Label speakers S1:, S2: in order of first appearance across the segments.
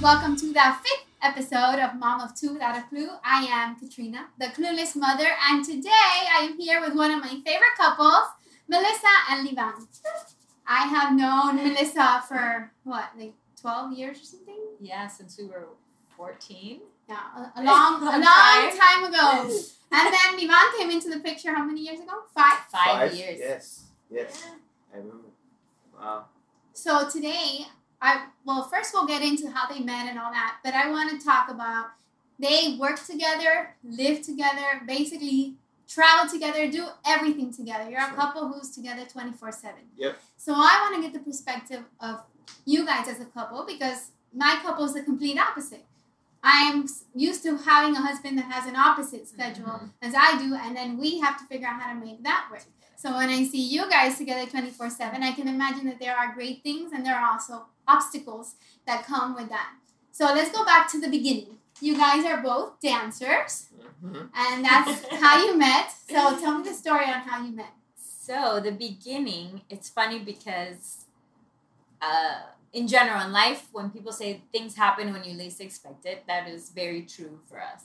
S1: welcome to the fifth episode of Mom of Two Without a Clue. I am Katrina, the clueless mother, and today I am here with one of my favorite couples, Melissa and Livan. I have known Melissa for what, like 12 years or something?
S2: Yeah, since we were 14.
S1: Yeah, a, a long, a
S2: Long
S1: long
S2: time.
S1: time ago. And then Livan came into the picture how many years ago? Five.
S2: Five, years.
S3: Yes, yes, I remember. Wow.
S1: So today, I well, first we'll get into how they met and all that, but I want to talk about they work together, live together, basically travel together, do everything together. You're a
S3: Sure.
S1: couple who's together 24 7.
S3: Yep.
S1: So I want to get the perspective of you guys as a couple because my couple is the complete opposite. I'm s- used to having a husband that has an opposite schedule
S3: Mm-hmm.
S1: as I do, and then we have to figure out how to make that work. So when I see you guys together 24 7, I can imagine that there are great things and there are also obstacles that come with that. So let's go back to the beginning. You guys are both dancers,
S3: Mhm.
S1: and that's how you met. So tell me the story on how you met.
S2: So the beginning, it's funny because uh, in general in life, when people say things happen when you least expect it, that is very true for us.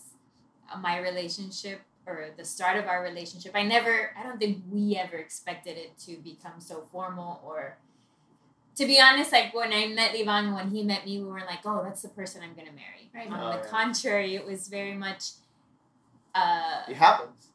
S2: Uh, my relationship or the start of our relationship, I never, I don't think we ever expected it to become so formal or. To be honest, like when I met Ivan, when he met me, we were like, "Oh, that's the person I'm gonna marry."
S1: Right.
S2: On
S3: Oh,
S2: the
S3: yeah.
S2: contrary, it was very much. Uh,
S3: It happens.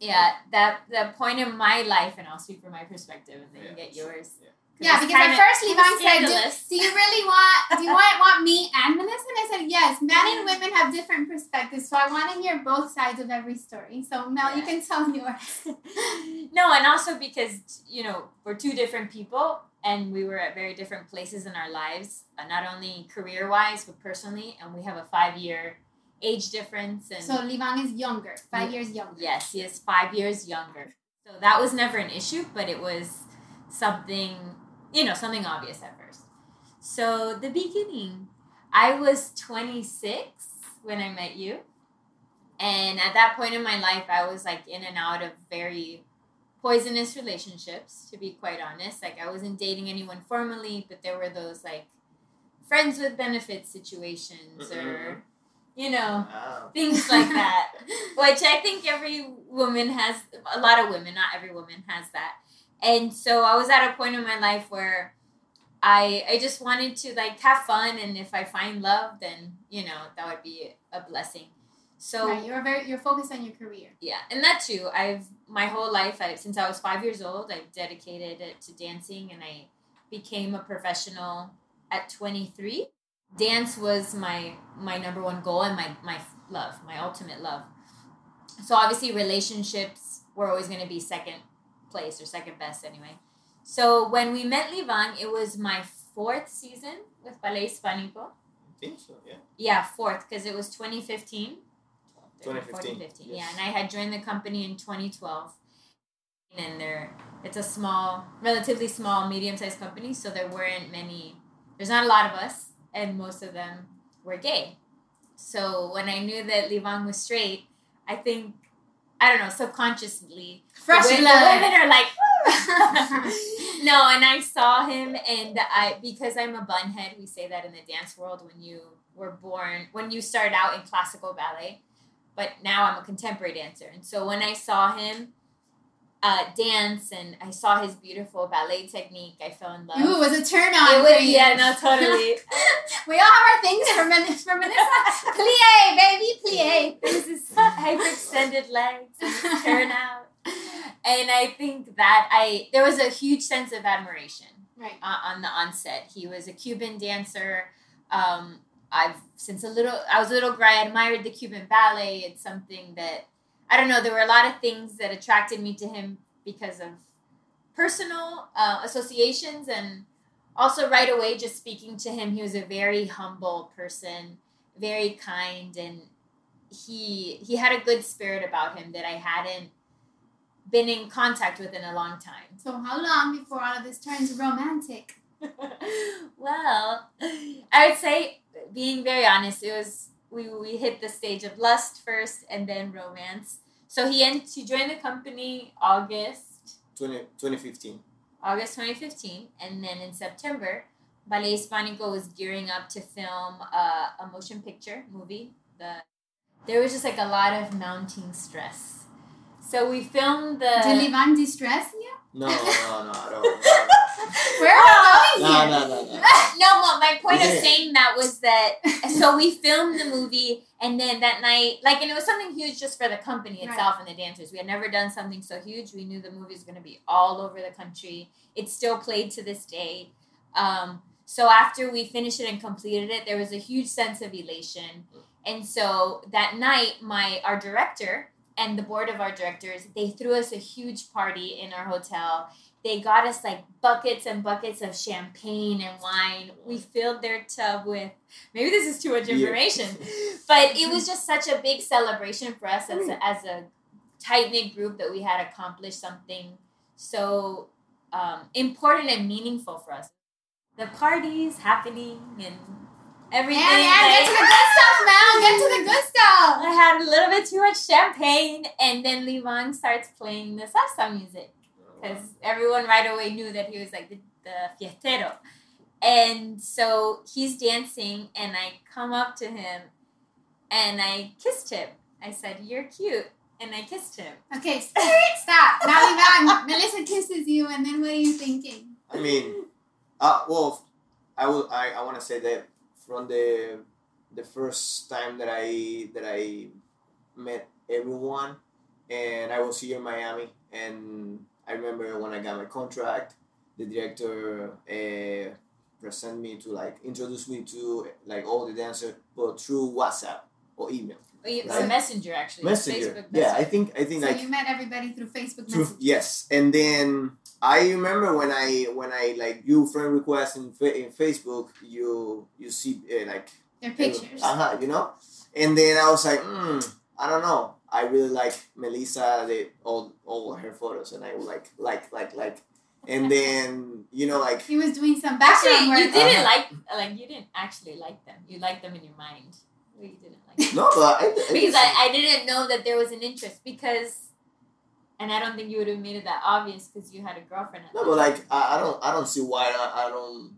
S2: yeah, that the point in my life, and I'll speak from my perspective, and then you
S3: Yeah,
S2: get
S3: sure.
S2: yours.
S3: Yeah.
S1: Yeah,
S2: it's
S1: because at
S2: kinda-
S1: first Levan said,
S2: scandalous.
S1: do, do you really want do you want, want me and Melissa? And I said, Yes, men and women have different perspectives, so I want to hear both sides of every story. So Mel, you
S2: Yeah.
S1: can tell yours.
S2: no, and also because you know we're two different people, and we were at very different places in our lives, uh, not only career wise but personally, and we have a five year age difference, and
S1: So Levan is younger, five years younger.
S2: yes, he is five years younger. So that was never an issue, but it was something you know something obvious at first. So the beginning, I was 26 when I met you. And at that point in my life, I was like in and out of very poisonous relationships, to be quite honest. Like I wasn't dating anyone formally, but there were those like friends with benefits situations or, you know,
S3: Wow.
S2: things like that. Which I think every woman has, a lot of women, not every woman has that. And so I was at a point in my life where I I just wanted to like have fun, and if I find love, then you know that would be a blessing. So
S1: Right, you're very you're focused on your career.
S2: yeah, and that too. I've my whole life, I, since I was five years old, I've dedicated it to dancing, and I became a professional at 23. Dance was my my number one goal and my my love, my ultimate love. So obviously, relationships were always going to be second place or second best anyway. So when we met Livan, it was my fourth season with Ballet Hispanico.
S3: I think so, yeah.
S2: Yeah, fourth, because it was 2015.
S3: 2015,
S2: 2015, Yeah,
S3: yes.
S2: and I had joined the company in 2012. And there, it's a small, relatively small, medium sized company, so there weren't many, there's not a lot of us, and most of them were gay. So when I knew that Livan was straight, I think, I don't know, subconsciously,
S1: Fresh
S2: the women,
S1: blood.
S2: The women are like, "Woo." no. And I saw him, and I because I'm a bunhead. We say that in the dance world when you were born, when you start out in classical ballet, but now I'm a contemporary dancer. And so when I saw him uh, dance, and I saw his beautiful ballet technique, I fell in love.
S1: Ooh, it was a turn on.
S2: it was,
S1: for you.
S2: yeah, no, totally.
S1: we all have our things for Melissa. For Melissa. plie, baby, plie.
S2: There's this hyperextended legs and this turn out. And I think that I there was a huge sense of admiration
S1: Right.
S2: uh, on the onset. He was a Cuban dancer. Um, I've since a little I was a little girl. I admired the Cuban ballet. It's something that I don't know. There were a lot of things that attracted me to him because of personal uh, associations and also right away just speaking to him. He was a very humble person, very kind, and he he had a good spirit about him that I hadn't been in contact with in a long time.
S1: So how long before all of this turns romantic?
S2: well, I would say, being very honest, it was we, we hit the stage of lust first and then romance. So he en- he joined the company August
S3: 20, 2015.
S2: August 2015, and then in September Ballet Hispanico was gearing up to film uh, a motion picture movie. The there was just like a lot of mounting stress. So we filmed the
S1: Delivan distress here?
S3: No, no, no, I don't.
S1: Where are we going
S3: No,
S1: here?
S3: no, no, no.
S2: no, well, my point of
S3: Yeah.
S2: saying that was that so we filmed the movie and then that night like and it was something huge just for the company
S1: Right.
S2: itself and the dancers we had never done something so huge we knew the movie was going to be all over the country it's still played to this day um, so after we finished it and completed it there was a huge sense of elation and so that night my our director and the board of our directors they threw us a huge party in our hotel they got us like buckets and buckets of champagne and wine we filled their tub with maybe this is too much
S3: Yeah.
S2: information but it was just such a big celebration for us as a, as a tight knit group that we had accomplished something so um, important and meaningful for us. The parties happening and
S1: Man,
S2: everything.
S1: man, get to the
S2: like-
S1: good stuff, Mel. Get to the good stuff.
S2: I had a little bit too much champagne, and then Levon starts playing the salsa music because
S3: Oh.
S2: everyone right away knew that he was like the, the fiestero. And so he's dancing, and I come up to him and I kissed him. I said, You're cute. And I kissed him.
S1: Okay, stop. stop. Now Ivan, Melissa kisses you, and then what are you thinking?
S3: I mean, uh, well, I will. I, I want to say that from the the first time that I that I met everyone, and I was here in Miami, and I remember when I got my contract, the director uh, presented me to like introduce me to like all the dancers, but through WhatsApp or email,
S2: Or you- or
S3: Right.
S2: messenger, actually.
S3: Messenger.
S2: Facebook
S3: Yeah,
S2: messenger.
S3: I think I think
S1: So
S3: like
S1: you met everybody through Facebook
S3: True.
S1: Messenger.
S3: Yes, and then I remember when I when I like you friend request in fa- in Facebook, you you see uh, like
S1: Their pictures.
S3: Uh huh. You know, and then I was like, mm, I don't know. I really like Melissa, the all all her photos, and I would like like like like, and then you know like
S1: He was doing some background
S2: Actually,
S1: work.
S2: you didn't like
S3: Uh-huh.
S2: like you didn't actually like them. You liked them in your mind, but you didn't like them
S3: no, but I, I
S2: because I, I didn't know that there was an interest because, and I don't think you would have made it that obvious because you had a girlfriend. At
S3: no,
S2: the
S3: but
S2: time.
S3: like I, I don't I don't see why I, I don't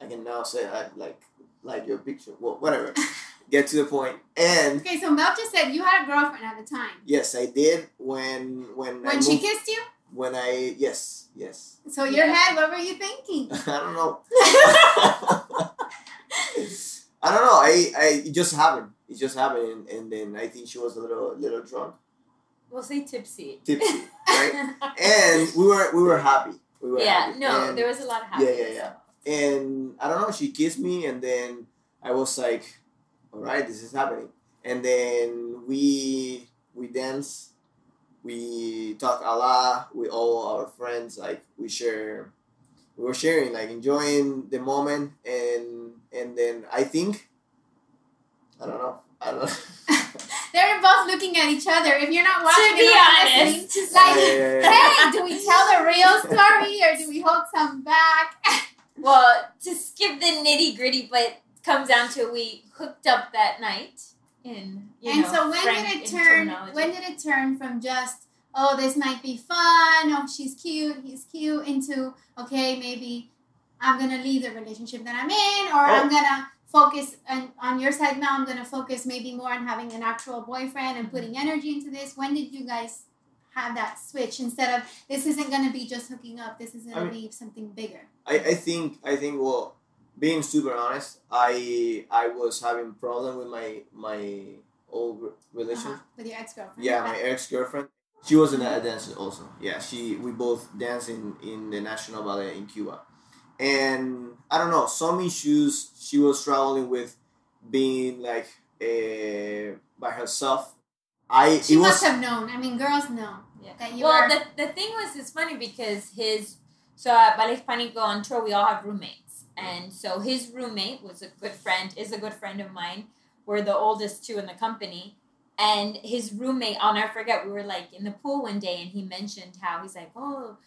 S3: I can now say I like like your picture. Well, whatever. Get to the point and.
S1: Okay, so Mel just said you had a girlfriend at the time.
S3: Yes, I did when when I
S1: When she
S3: moved-
S1: kissed you?
S3: when I yes yes
S1: So your
S2: Yeah.
S1: head, what were you thinking?
S3: I don't know I don't know I, I it just happened it just happened and, and then I think she was a little little drunk
S2: we'll say tipsy.
S3: tipsy right and we were we were happy we were
S2: yeah,
S3: happy.
S2: no,
S3: and,
S2: there was a lot of
S3: yeah,
S2: happiness.
S3: yeah, yeah. and I don't know she kissed me and then I was like all right this is happening and then we we danced we talk a lot with all our friends like we share we were sharing like enjoying the moment and and then i think i don't know i don't know
S1: They're both looking at each other. If you're not watching,
S2: To be
S1: you're not
S2: honest.
S1: listening,
S3: Yeah,
S1: like,
S3: yeah, yeah, yeah.
S1: hey, do we tell the real story or do we hold some back?
S2: Well, to skip the nitty gritty, but comes down to we hooked up that night in you
S1: and
S2: know,
S1: so when
S2: frank
S1: did it
S2: in
S1: turn?
S2: terminology.
S1: When did it turn from just oh this might be fun, oh she's cute, he's cute, into okay maybe I'm gonna leave the relationship that I'm in, or
S3: Oh.
S1: I'm gonna focus on, on your side now. I'm gonna focus maybe more on having an actual boyfriend and putting energy into this. When did you guys? Have that switch instead of this isn't gonna be just hooking up. This is gonna
S3: I mean-
S1: be something bigger.
S3: I, I think I think well being super honest I I was having problem with my my old re- relationship
S1: Uh-huh, With your ex girlfriend.
S3: Yeah, my ex girlfriend. She was in a dancer also. Yeah, she we both danced in, in the national ballet in Cuba, and I don't know some issues she was struggling with, being like uh, by herself. I
S1: She
S3: it
S1: must
S3: was
S1: have known. I mean, girls know that you
S2: well,
S1: were.
S2: the, the thing was, it's funny because his so at Ballet Hispanico on tour, we all have roommates, and so his roommate was a good friend, is a good friend of mine. We're the oldest two in the company, and his roommate, I'll never forget. We were like in the pool one day, and he mentioned how he's like, oh.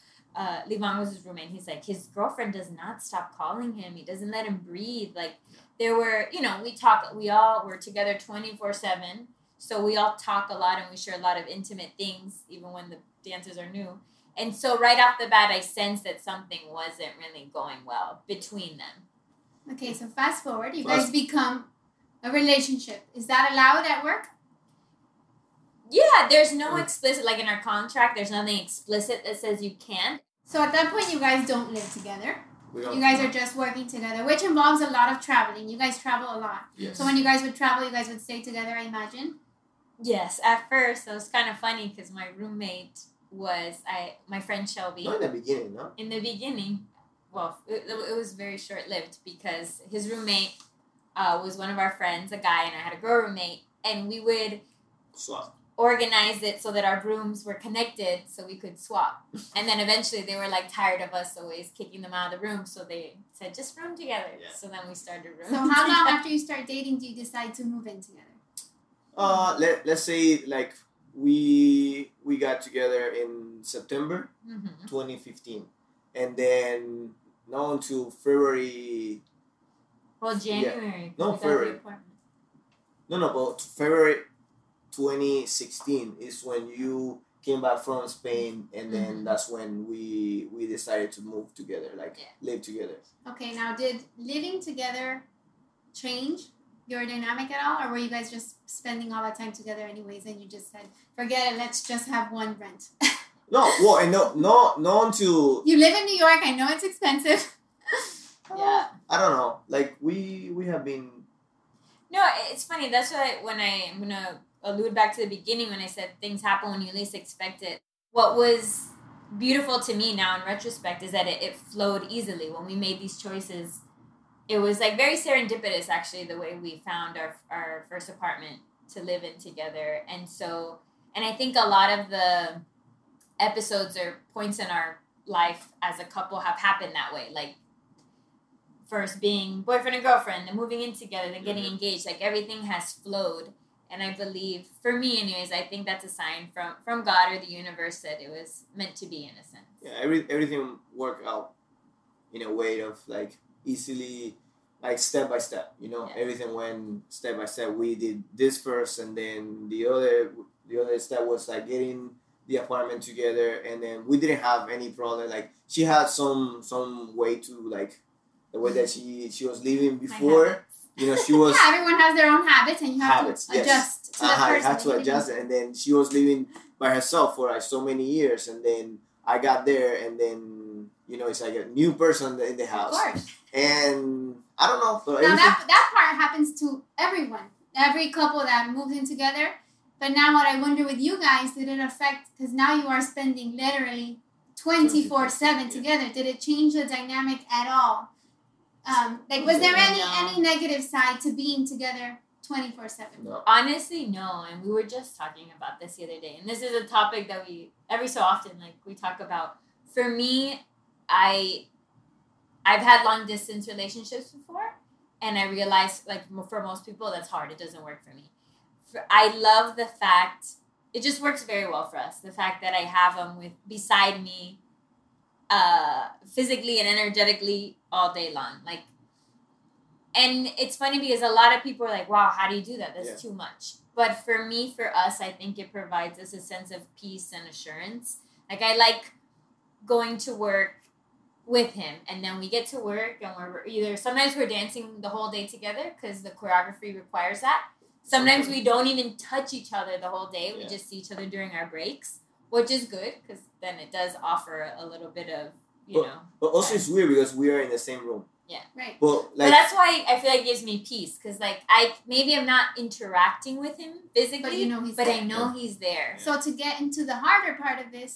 S2: Uh, Levon was his roommate. He's like his girlfriend does not stop calling him. He doesn't let him breathe. Like there were, you know, we talk. We all were together twenty four seven. So we all talk a lot and we share a lot of intimate things, even when the dancers are new. And so right off the bat, I sensed that something wasn't really going well between them.
S1: Okay, so fast forward, you
S3: Fast-
S1: guys become a relationship. Is that allowed at work?
S2: Yeah, there's no
S3: Mm.
S2: explicit like in our contract. There's nothing explicit that says you can't.
S1: So at that point, you guys don't live together.
S3: We
S1: You guys are just working together, which involves a lot of traveling. You guys travel a lot.
S3: Yes.
S1: So when you guys would travel, you guys would stay together, I imagine.
S2: Yes, at first it was kind of funny because my roommate was I my friend Shelby.
S3: Not in the beginning, no.
S2: in the beginning, well, it, it was very short lived because his roommate uh, was one of our friends, a guy, and I had a girl roommate, and we would
S3: So
S2: organize it so that our rooms were connected so we could swap. And then eventually they were like tired of us always kicking them out of the room, so they said just room together.
S3: Yeah.
S2: So then we started room.
S1: So how long after you start dating do you decide to move in together?
S3: uh,
S1: Mm-hmm.
S3: let let's say like we we got together in September.
S2: hmm
S3: 2015 and then now until february
S2: Well, January.
S3: No,
S2: we got the
S3: February.
S2: apartment.
S3: no no but february 2016 is when you came back from spain and then
S2: Mhm.
S3: that's when we we decided to move together like
S2: Yeah.
S3: live together
S1: Okay, now did living together change your dynamic at all, or were you guys just spending all that time together anyways, and you just said, forget it, let's just have one rent?
S3: no well and no no no until
S1: you live in New York, I know it's expensive. Oh.
S2: Yeah.
S3: i don't know like we we have been
S2: No, it's funny. That's why when I I'm gonna allude back to the beginning when I said things happen when you least expect it. What was beautiful to me now in retrospect is that it, it flowed easily when we made these choices. It was like very serendipitous actually the way we found our our first apartment to live in together, and so and I think a lot of the episodes or points in our life as a couple have happened that way, like first being boyfriend and girlfriend, then moving in together, then getting engaged. Like everything has flowed. And I believe, for me, anyways, I think that's a sign from from God or the universe that it was meant to be in a sense.
S3: yeah, every, everything worked out in a way of like easily like step by step you know
S2: Yeah.
S3: everything went step by step we did this first and then the other the other step was like getting the apartment together and then we didn't have any problem like she had some some way to like the way that she she was living
S2: My
S3: before
S2: habits.
S3: you know she was
S1: yeah, everyone has their own habits, and you have
S3: Habits,
S1: to
S3: yes.
S1: adjust to
S3: uh-huh,
S1: the
S3: I
S1: person.
S3: had to
S1: you
S3: adjust it. And then she was living by herself for like so many years. And then I got there, and then you know it's like a new person in the
S1: know. Of
S3: house.
S1: course.
S3: And I don't know, but
S1: Now
S3: everything-
S1: that that part happens to everyone, every couple that moves in together. But now, what I wonder with you guys, did it affect? Because now you are spending literally twenty four seven
S3: Yeah.
S1: together. Did it change the dynamic at all? Um, like, was there any
S2: No.
S1: any negative side to being together twenty four seven?
S3: no,
S2: Honestly, no. And we were just talking about this the other day. And this is a topic that we every so often like we talk about. For me, I I've had long distance relationships before, and I realized like m- for most people that's hard. It doesn't work for me. For, I love the fact it just works very well for us. The fact that I have them with beside me, uh, physically and energetically all day long. Like, and it's funny because a lot of people are like, "Wow, how do you do that? That's
S3: Yeah.
S2: too much." But for me, for us, I think it provides us a sense of peace and assurance. Like I like going to work with him and then we get to work and we're either sometimes we're dancing the whole day together because the choreography requires that sometimes we don't even touch each other the whole day we
S3: Yeah.
S2: just see each other during our breaks which is good because then it does offer a little bit of you know
S3: but also it's weird because we are in the same room.
S1: Right.
S3: But
S2: but
S3: like
S2: that's why I feel like it gives me peace because, like, I maybe I'm not interacting with him physically,
S1: But you know he's
S2: but I
S1: there.
S2: know he's there.
S1: So to get into the harder part of this,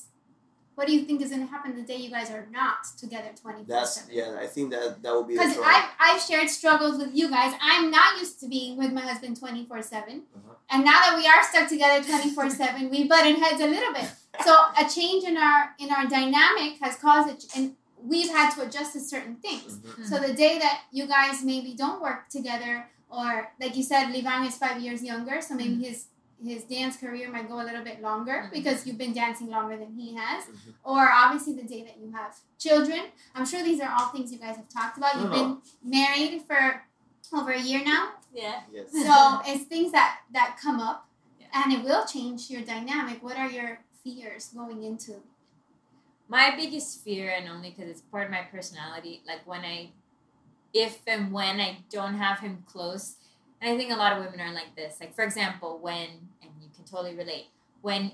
S1: what do you think is going to happen the day you guys are not together twenty four
S3: that's
S1: seven?
S3: yeah, I think that that would be the
S1: Because
S3: trouble.
S1: I've, I've shared struggles with you guys. I'm not used to being with my husband 24 7.
S3: Uh-huh.
S1: And now that we are stuck together 24 7, we butted heads a little bit. So a change in our in our dynamic has caused it, and we've had to adjust to certain things.
S3: Mhm.
S1: So
S2: Mm-hmm.
S1: the day that you guys maybe don't work together, or like you said, Levan is five years younger, so maybe his his dance career might go a little bit longer
S2: Mhm.
S1: because you've been dancing longer than he has.
S3: Mhm.
S1: Or obviously the day that you have children. I'm sure these are all things you guys have talked about. You've been married for over a year now,
S2: yeah,
S3: Yes.
S1: so it's things that that come up,
S2: Yeah.
S1: and it will change your dynamic. What are your fears going into?
S2: my biggest fear, and only because it's part of my personality, like when I if and when I don't have him close. And I think a lot of women are like this. Like for example, when and you can totally relate when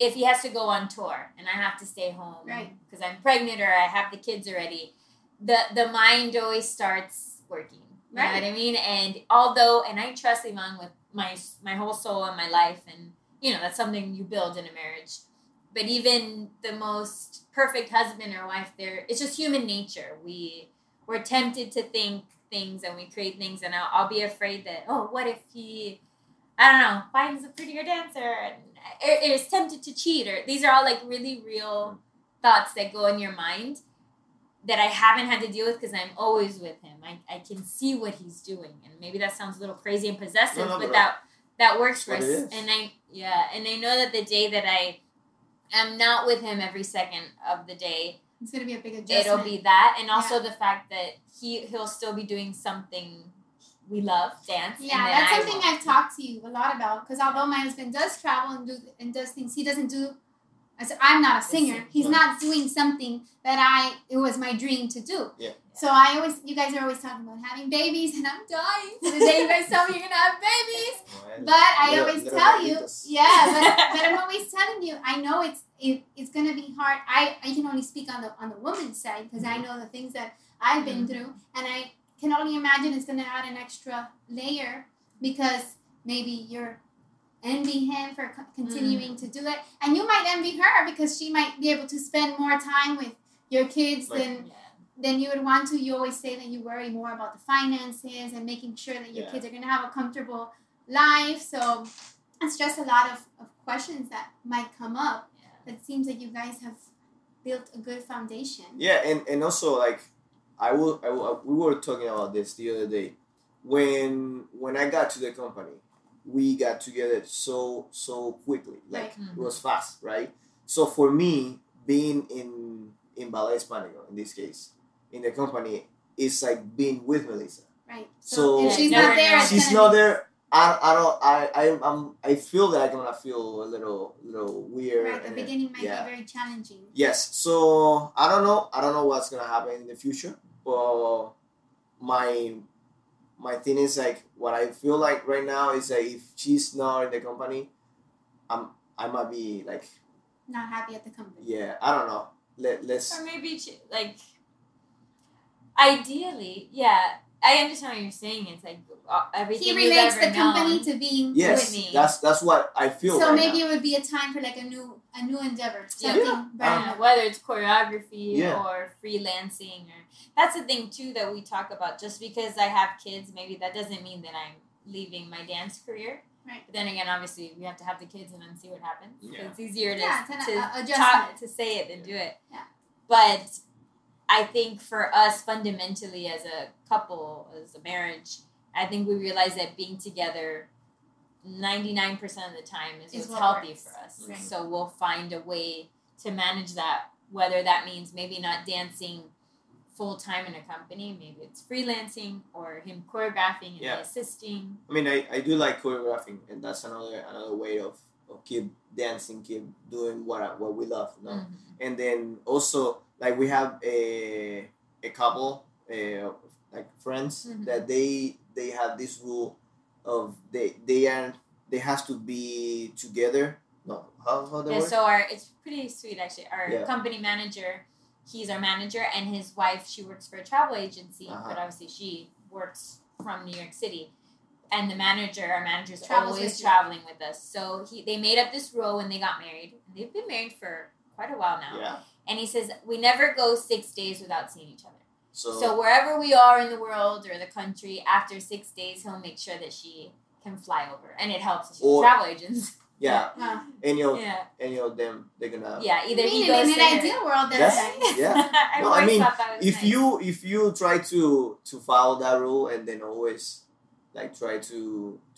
S2: if he has to go on tour and I have to stay home
S1: Right.
S2: because I'm pregnant or I have the kids already, the the mind always starts working. You know
S1: Right.
S2: what I mean? And although and I trust Iman with my my whole soul and my life and you know that's something you build in a marriage. But even the most perfect husband or wife there it's just human nature. We we're tempted to think things and we create things and I'll, I'll be afraid that oh what if he I don't know finds a prettier dancer and it, it is tempted to cheat or these are all like really real thoughts that go in your mind that I haven't had to deal with because I'm always with him I, I can see what he's doing and maybe that sounds a little crazy and possessive
S3: No, no,
S2: but
S3: but
S2: that that works for
S3: That's
S2: us
S3: what it is.
S2: and I yeah and I know that the day that I am not with him every second of the day
S1: It's gonna be a big adjustment.
S2: it'll be that and also the fact that he he'll still be doing something we love dance and
S1: Yeah,
S2: then
S1: that's
S2: I
S1: something
S2: won't.
S1: I've talked to you a lot about. Because although my husband does travel and do and does things, he doesn't do. I said I'm not a singer.
S2: same
S1: He's
S3: thing.
S1: not doing something that I it was my dream to do.
S3: Yeah.
S1: So I always, you guys are always talking about having babies, and I'm dying. for The day you guys tell me you're gonna have babies, but I
S3: Little-
S1: always
S3: little
S1: tell you,
S3: babitas.
S1: yeah. But, but I'm always telling you, I know it's it, it's gonna be hard. I I can only speak on the on the woman's side because I know the things that I've been through, and I can only imagine it's gonna add an extra layer because maybe you're envy him for co- continuing to do it, and you might envy her because she might be able to spend more time with your kids
S3: Like-
S1: than
S2: Yeah.
S1: than you would want to. You always say that you worry more about the finances and making sure that your
S3: Yeah.
S1: kids are going to have a comfortable life. So it's just a lot of, of questions that might come up.
S2: Yeah.
S1: It seems that you guys have built a good foundation.
S3: Yeah, and, and also like I will, I will uh, we were talking about this the other day when when I got to the company, we got together so so quickly. Like
S1: Right. Mm-hmm.
S3: it was fast, right? So for me, being in in Ballet Hispanico in this case, in the company, it's like being with Melissa.
S1: Right.
S3: So-
S1: if she's
S2: Yeah,
S1: not there,
S2: never
S1: it's
S3: She's
S1: gonna
S3: not
S1: be-
S3: there. I, I don't I I I'm, I feel that I'm gonna feel a little little weird.
S1: Right. The
S3: and-
S1: beginning might
S3: yeah.
S1: be very challenging.
S3: Yes. So I don't know. I don't know what's gonna happen in the future. But my my thing is like what I feel like right now is that if she's not in the company, I'm I might be like
S1: Not happy at the company.
S3: yeah. I don't know. Let let's
S2: or maybe ch- like ideally yeah I understand what you're saying it's like uh, everything
S1: He
S2: you've
S1: relates
S2: ever
S1: the company
S2: known.
S1: to being
S3: yes.
S1: with me.
S2: Whitney.
S3: That's that's what I feel.
S1: so
S3: right
S1: maybe
S3: now.
S1: it would be a time for like a new a new endeavor.
S2: Yeah.
S1: Something brand
S2: Yeah,
S1: new.
S2: whether it's choreography
S3: Um, Yeah.
S2: or freelancing or that's the thing too that we talk about just because i have kids maybe that doesn't mean that i'm leaving my dance career
S1: Right.
S2: but then again obviously we have to have the kids and then see what happens So
S3: Yeah.
S2: it's easier to,
S1: Yeah, it's an,
S2: to
S1: uh, adjustment.
S2: talk to say it than do it
S1: Yeah.
S2: but i think for us fundamentally as a couple as a marriage i think we realize that being together 99% of the time
S1: Is
S2: is, what's
S1: what
S2: healthy
S1: works.
S2: for us
S3: Right.
S2: so we'll find a way to manage that whether that means maybe not dancing full time in a company maybe it's freelancing or him choreographing and
S3: Yeah.
S2: assisting
S3: I mean, I, I do like choreographing, and that's another another way of, of keep dancing, keep doing what I, what we love. No,
S2: Mhm.
S3: and then also like we have a a couple, uh, like friends
S2: Mhm.
S3: that they they have this rule of they they are they has to be together. No, how how they
S2: Yeah,
S3: work?
S2: so our it's pretty sweet actually. Our
S3: Yeah.
S2: company manager, he's our manager, and his wife, she works for a travel agency,
S3: Uh-huh.
S2: but obviously she works from New York City. And the manager, our manager's
S1: Travels
S2: always
S1: with you.
S2: traveling with us. So he they made up this rule when they got married. They've been married for quite a while now.
S3: yeah,
S2: And he says, We never go six days without seeing each other.
S3: so,
S2: So wherever we are in the world or the country, after six days he'll make sure that she can fly over. And it helps if she's
S3: Or-
S2: travel agents.
S3: yeah,
S1: Wow.
S3: any of
S2: Yeah.
S3: any of them they're gonna
S2: Yeah, either
S1: I
S2: he
S1: mean,
S2: goes
S1: in
S2: to
S1: an
S2: her-
S1: ideal world, that's,
S3: That's-
S1: nice.
S3: yeah.
S2: I
S3: No, I
S2: always
S3: mean,
S2: thought that was
S3: if
S2: nice.
S3: you if you try to to follow that rule and then always like try to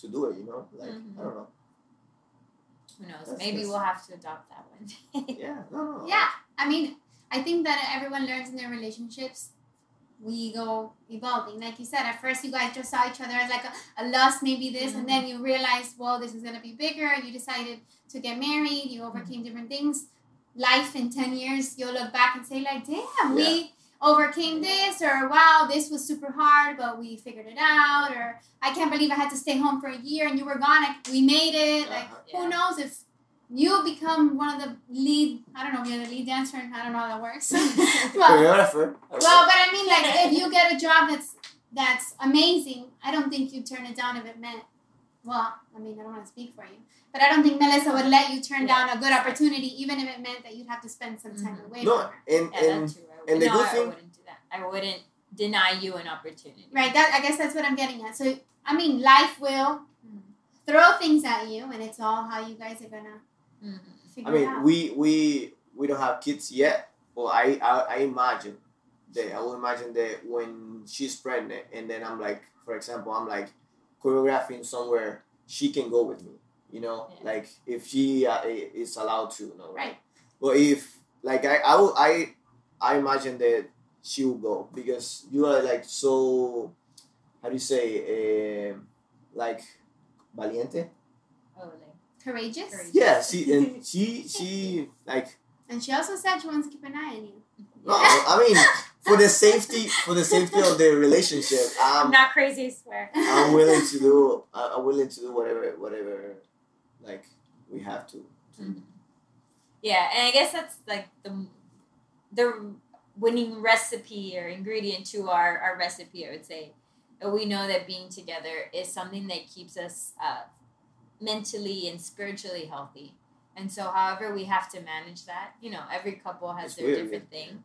S3: to do it you know like
S2: Mhm.
S3: i don't know
S2: who knows?
S3: That's
S2: Maybe
S3: nice.
S2: we'll have to adopt that one. day.
S3: yeah no no
S1: Yeah, I mean, I think that everyone learns in their relationships. We go evolving, like you said. At first, you guys just saw each other as like a, a lust, maybe this, and then
S2: Mm-hmm.
S1: you realized, well, this is gonna be bigger. You decided to get married.
S2: Mm-hmm.
S1: You overcame different things. Life in ten years, you'll look back and say, like, damn, we overcame this or wow this was super hard but we figured it out or i can't believe i had to stay home for a year and you were gone like, we made it like
S3: Uh-huh.
S2: Yeah.
S1: who knows if you become one of the lead i don't know you're the lead dancer and i don't know how that works but,
S3: Choreographer.
S1: well but i mean like if you get a job that's that's amazing i don't think you'd turn it down if it meant well i mean i don't want to speak for you but i don't think melissa would let you turn
S2: Yeah.
S1: down a good opportunity even if it meant that you'd have to spend some time
S2: Mhm.
S1: away from
S3: no,
S1: her
S3: and
S2: Yeah,
S3: and
S2: that too. I would,
S3: and the
S2: no,
S3: good
S2: I
S3: thing-
S2: wouldn't do that. I wouldn't deny you an opportunity.
S1: Right. That I guess that's what I'm getting at. So I mean, life will
S2: Hmm.
S1: throw things at you, and it's all how you guys are gonna
S2: hmm
S1: figure
S3: I
S1: it
S3: mean,
S1: out.
S3: we we we don't have kids yet. Well, I, I I imagine that I will imagine that when she's pregnant, and then I'm like, for example, I'm like choreographing somewhere she can go with me. You know,
S2: Yeah.
S3: like if she uh, i- is allowed to, you know,
S1: Right.
S3: But if like I I will, I I imagine that she will go because you are like so how do you say um like valiente
S2: Oh, like,
S1: Courageous.
S2: Courageous.
S3: yeah she and she she like
S1: And she also said she wants to keep an eye on you.
S3: No, um, I mean for the safety for the safety of the relationship,
S2: I'm
S3: I'm
S2: not crazy. I swear.
S3: I'm willing to do I- I'm willing to do whatever whatever like we have to.
S2: Mm-hmm. Yeah, and I guess that's like the the winning recipe or ingredient to our our recipe. I would say Uh, we know that being together is something that keeps us uh, mentally and spiritually healthy. And so, however, we have to manage that. You know, every couple has
S3: It's
S2: their
S3: weird,
S2: different
S3: yeah.
S2: thing,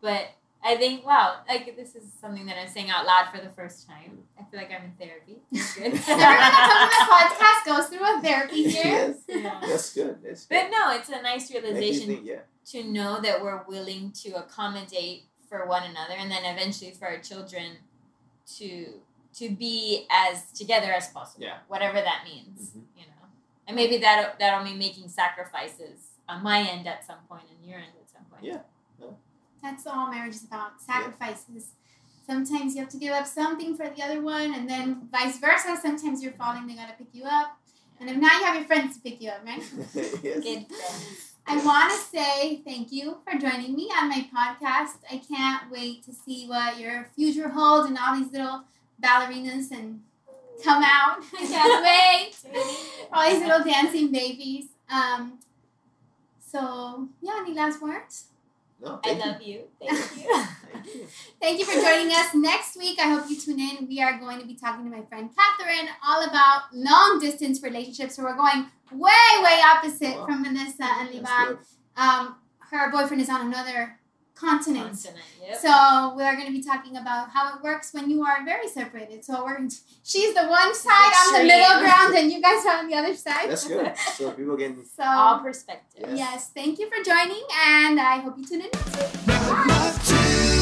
S2: but. I think wow, like this is something that I'm saying out loud for the first time. I feel like I'm in therapy. It's good.
S1: Everyone that comes on the podcast goes through a therapy here.
S3: Yes.
S2: Yeah.
S3: That's good. That's
S2: But
S3: good.
S2: no, it's a nice
S3: Make you
S2: realization
S3: think, yeah.
S2: to know that we're willing to accommodate for one another and then eventually for our children to to be as together as possible
S3: Yeah.
S2: whatever that means
S3: Mhm.
S2: you know and maybe that that'll mean making sacrifices on my end at some point and your end at some point
S3: Yeah.
S1: That's all marriage is about sacrifices. Sometimes you have to give up something for the other one, and then vice versa. Sometimes you're falling, they gotta pick you up. And if not, you have your friends to pick you up, right?
S3: yes.
S2: Good friends.
S1: I want to say thank you for joining me on my podcast. I can't wait to see what your future holds and all these little ballerinas and come out. I can't wait. all these little dancing babies. Um, so, yeah, any last words?
S3: No,
S2: i
S3: thank you.
S2: love you thank you
S3: Thank you.
S1: Thank you for joining us next week. I hope you tune in. We are going to be talking to my friend Catherine all about long distance relationships. So, we're going way, way opposite
S3: Wow.
S1: from Vanessa and Levi.
S3: That's good.
S1: um, her boyfriend is on another continent.
S2: Consonant, yep.
S1: So we're going to be talking about how it works when you are very separated. So we're she's the one side, I'm the
S2: Extreme.
S1: middle ground, and you guys are on the other side.
S3: That's good. So people can
S1: So
S2: all perspectives
S1: yes, thank you for joining, and I hope you tune in next week. Bye.
S4: Love to